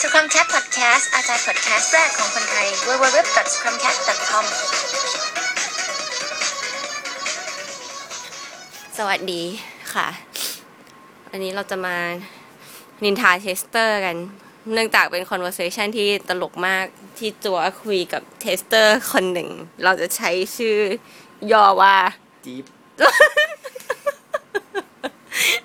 สครัมแคทพอดแคสต์อาจารย์พอดแคสต์แรกของคนไทย www.scrumcat.com สวัสดีค่ะ วันนี้เราจะมานินทาเทสเตอร์กัน เนื่องจากเป็น conversation ที่ตลกมากที่จัวคุยกับเทสเตอร์คนหนึ่ง เราจะใช้ชื่อย่อว่า จี๊บ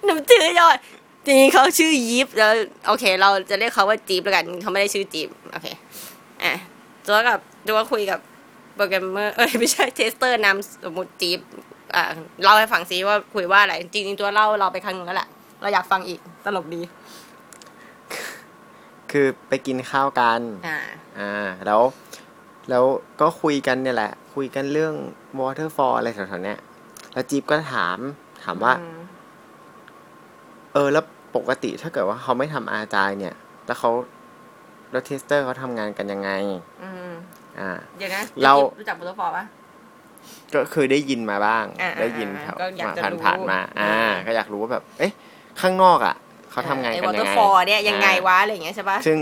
น้ำจือยอด จริงๆเขาชื่อยิปแล้วโอเค เราจะเรียกเขาว่าจีบแล้วกันเขาไม่ได้ชื่อจีบโอเคอ่ะตัวกับตัวคุยกับโปรแกรมเมอร์เอ้ย ไม่ใช่เทสเตอร์นามสมมติจีบอ่ะเล่าให้ฟังซิว่าคุยว่าอะไร จริงๆตัวเล่าเราไปครั้งหนึงแล้วแหละเราอยากฟังอีกตลกดี คือไปกินข้าวกัน อ่า อ่า แล้ว แล้วก็คุยกันเนี่ยแหละ คุยกันเรื่อง waterfall อะไรแถวๆเนี้ย แล้วจี๊บก็ถาม ถามว่า เออ แล้วปกติถ้าเกิดว่าเขาไม่ทำอาจายเนี่ย แล้วเขาแล้วเทสเตอร์เขาทำงานกันยังไง อืม อ่า เดี๋ยวนะ เรา รู้จักบุตรฟอปะ ก็คือได้ยินมาบ้าง อ่า ได้ยินแถว ก็อยากจะ ผ่าน รู้ ผ่านๆมา อ่า อ่า ก็อยากรู้ว่าแบบ เอ๊ะ ข้างนอกอ่ะ เขาทำงานกันยังไง ไอ้วอเตอร์ฟอร์เนี่ยยังไง อ่า วะอะไรอย่างเงี้ยใช่ปะ ซึ่ง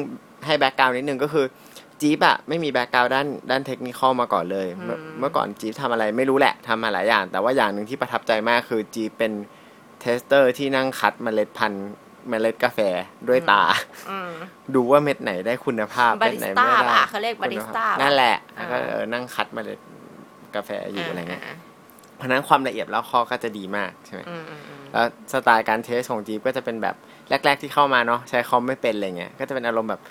ให้แบ็กกราวน์นิดนึงก็คือจี๊ปอะไม่มีแบ็กกราวน์ด้านด้านเทคนิคอลมาก่อนเลย เมื่อ อืม เมื่อก่อนจี๊ปทำอะไรไม่รู้แหละทำมาหลายอย่าง แต่ว่าอย่างหนึ่งที่ประทับใจมากคือจี๊ปเป็นเทสเตอร์ที่นั่งคัดเมล็ดพันธุ์เมล็ดกาแฟด้วยตา อืม ดูว่าเม็ดไหนได้คุณภาพ บา เม็ด ริ ไหน สต้า ไม่ได้ ปะเขาเรียกบาริสต้า คุณภพ ปะ นั่นแหละ อ่า แล้วก็เออนั่งคัดเมล็ดกาแฟอยู่อะไรเงี้ย อ่า เพราะฉะนั้นความละเอียดรอบคอบก็จะดีมากใช่ไหม อืมอืมอืม แล้วสไตล์การเทสของจีบก็จะเป็นแบบแรก ๆที่เข้ามาเนาะใช้คอมไม่เป็นอะไรเงี้ยก็จะเป็นอารมณ์แบบ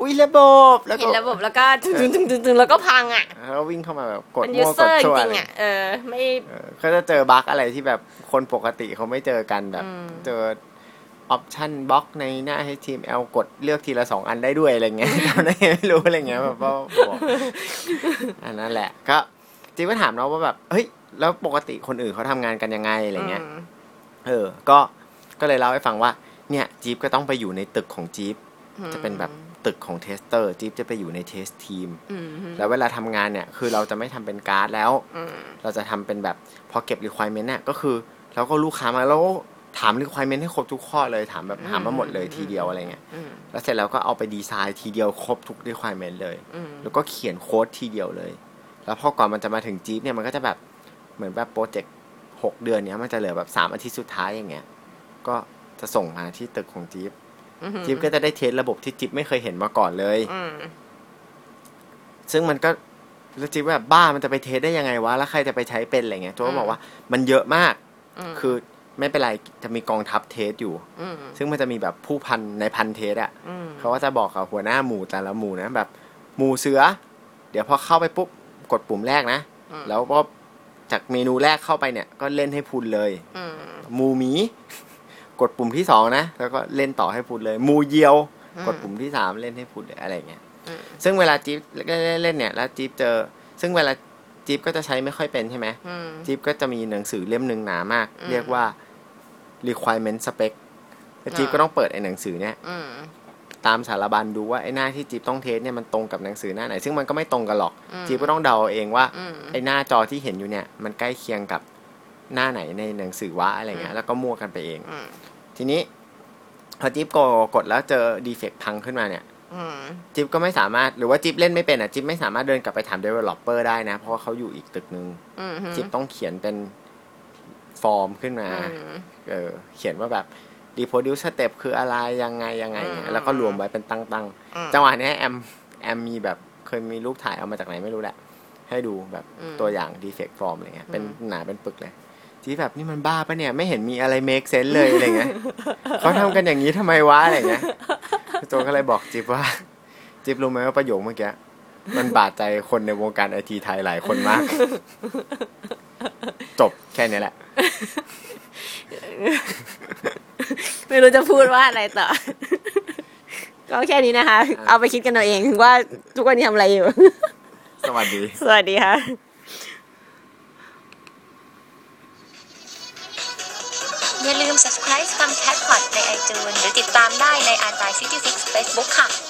อุ้ยระบบแล้ว เห็ ก็ นระบบแล้วก็ตึงตึงตึงตึงตึงแล้วก็พังอ่ะ แล้ววิ่งเข้ามาแบบกด เป็นยู มั่ว เซ ก อ ด ร์จ ชั่ว ริ อะไร งๆอ่ะ เออ ไม่ เออก็จะเจอบั๊กอะไรที่แบบคนปกติเขาไม่เจอกันแบบ อืม เจอออปชันบล็อกในหน้า HTML กดเลือกทีละสองอันได้ด้วยอะไรเงี้ย ทำได้ไงไม่รู้อะไรเงี้ยแบบว่าบอกอันนั้นแหละก็จีบก็ถามเนาะว่าแบบเฮ้ยแล้วปกติคนอื่นเขาทำงานกันยังไงอะไรเงี้ย อืม เออ ก็ ก็เลยเล่าให้ฟังว่า เนี่ย จี๊ปก็ต้องไปอยู่ในตึกของจี๊ปจะเป็นแบบตึกของเทสเตอร์ จี๊ปจะไปอยู่ในเทสทีม อืม แล้วเวลาทำงานเนี่ย คือเราจะไม่ทำเป็นการ์ดแล้ว อืม เราจะทำเป็นแบบ พอเก็บ requirement เนี่ย ก็คือเราก็ลูกค้ามาแล้วก็ถาม requirement ให้ครบทุกข้อเลย ถามแบบถามมาหมดเลยทีเดียวอะไรเงี้ย อืม แล้วเสร็จแล้วก็เอาไปดีไซน์ทีเดียวครบทุก requirement เลย อืม แล้วก็เขียนโค้ดทีเดียวเลย แล้วพอก่อนมันจะมาถึงจี๊ปเนี่ยมันก็จะแบบเหมือนแบบโปรเจกต์หกเดือนเนี้ยมันจะเหลือแบบสามอาทิตย์สุดท้ายอย่างเงี้ย ก็จะส่งมาที่ตึกของจี๊ป อืม จี๊ปก็จะได้เทสระบบที่จี๊ปไม่เคยเห็นมาก่อนเลย อืม ซึ่งมันก็แล้วจี๊ปแบบบ้ามันจะไปเทสได้ยังไงวะ แล้วใครจะไปใช้เป็นอะไรเงี้ยตัวก็บอกว่ามันเยอะมาก ม คือไม่เป็นไรจะมีกองทัพเทสอยู่ อืม ซึ่งมันจะมีแบบผู้พันในพันเทสอะ อืม เขาก็จะบอกกับหัวหน้าหมู่แต่ละหมู่นะแบบหมู่เสือ เดี๋ยวพอเข้าไปปุ๊บกดปุ่มแรกนะ แล้วก็จากเมนูแรกเข้าไปเนี่ยก็เล่นให้พูนเลย อืม หมู่หมี กดปุ่มที่สองนะ แล้วก็เล่นต่อให้พูนเลย หมู่เหยียว กดปุ่มที่สามเล่นให้พูนเลยอะไรอย่างเงี้ยซึ่งเวลาจี๊บเล่นๆเนี่ยแล้วจี๊บเจอ ซึ่งเวลาจี๊บก็จะใช้ไม่ค่อยเป็นใช่ไหม อืม จี๊บก็จะมีหนังสือเล่มหนึ่งหนามาก อืม เรียกว่า requirement spec แล้วจี๊บ อ่า ก็ต้องเปิดไอ้หนังสือเนี่ย อืม ตามสารบัญดูว่าไอ้หน้าที่จิ๊บต้องเทสเนี่ยมันตรงกับหนังสือหน้าไหน ซึ่งมันก็ไม่ตรงกันหรอกจิ๊บก็ต้องเดาเอาเองว่า อืม ไอ้หน้าจอที่เห็นอยู่เนี่ย มันใกล้เคียงกับหน้าไหนในหนังสือวะอะไรเงี้ยแล้วก็มั่วกันไปเอง อืม ทีนี้พอจิ๊บกดกดแล้วเจอดีเฟกต์พังขึ้นมาเนี่ย อืม จิ๊บก็ไม่สามารถหรือว่าจิ๊บเล่นไม่เป็นอ่ะจิ๊บไม่สามารถเดินกลับไปถาม developer ได้นะ เพราะว่าเขาอยู่อีกตึกนึง อืมอืม จิ๊บต้องเขียนเป็นฟอร์มขึ้นมา เออเขียนว่าแบบ reproduce step คืออะไรยังไงยังไงเนี่ยแล้วก็รวมไว้เป็นตั้งๆ จังหวะเนี้ยแอมแอมมีแบบเคยมีรูปถ่ายเอามาจากไหนไม่รู้แหละ ให้ดูแบบตัวอย่าง defect form อะไรเงี้ยเป็นหนาเป็นปึกเลย ที่แบบนี่มันบ้าปะเนี่ย ไม่เห็นมีอะไร make sense เลยอะไรเงี้ย เขาทำกันอย่างนี้ทำไมวะอะไรเงี้ยโจก็เลยบอกจิ๊บว่า จิ๊บรู้ไหมว่าประโยคเมื่อกี้มันบาดใจคนในวงการไอทีไทยหลายคนมาก จบแค่นี้แหละ ไม่รู้จะพูดว่าอะไรต่อ ก็แค่นี้นะคะ เอาไปคิดกันเอาเองว่าทุกวันนี้ทำอะไรอยู่ สวัสดี สวัสดีค่ะ อย่าลืม subscribe ฟังแคทพอดใน iTunes หรือติดตามได้ใน a r t i c i t y Fix Facebook ค่ะ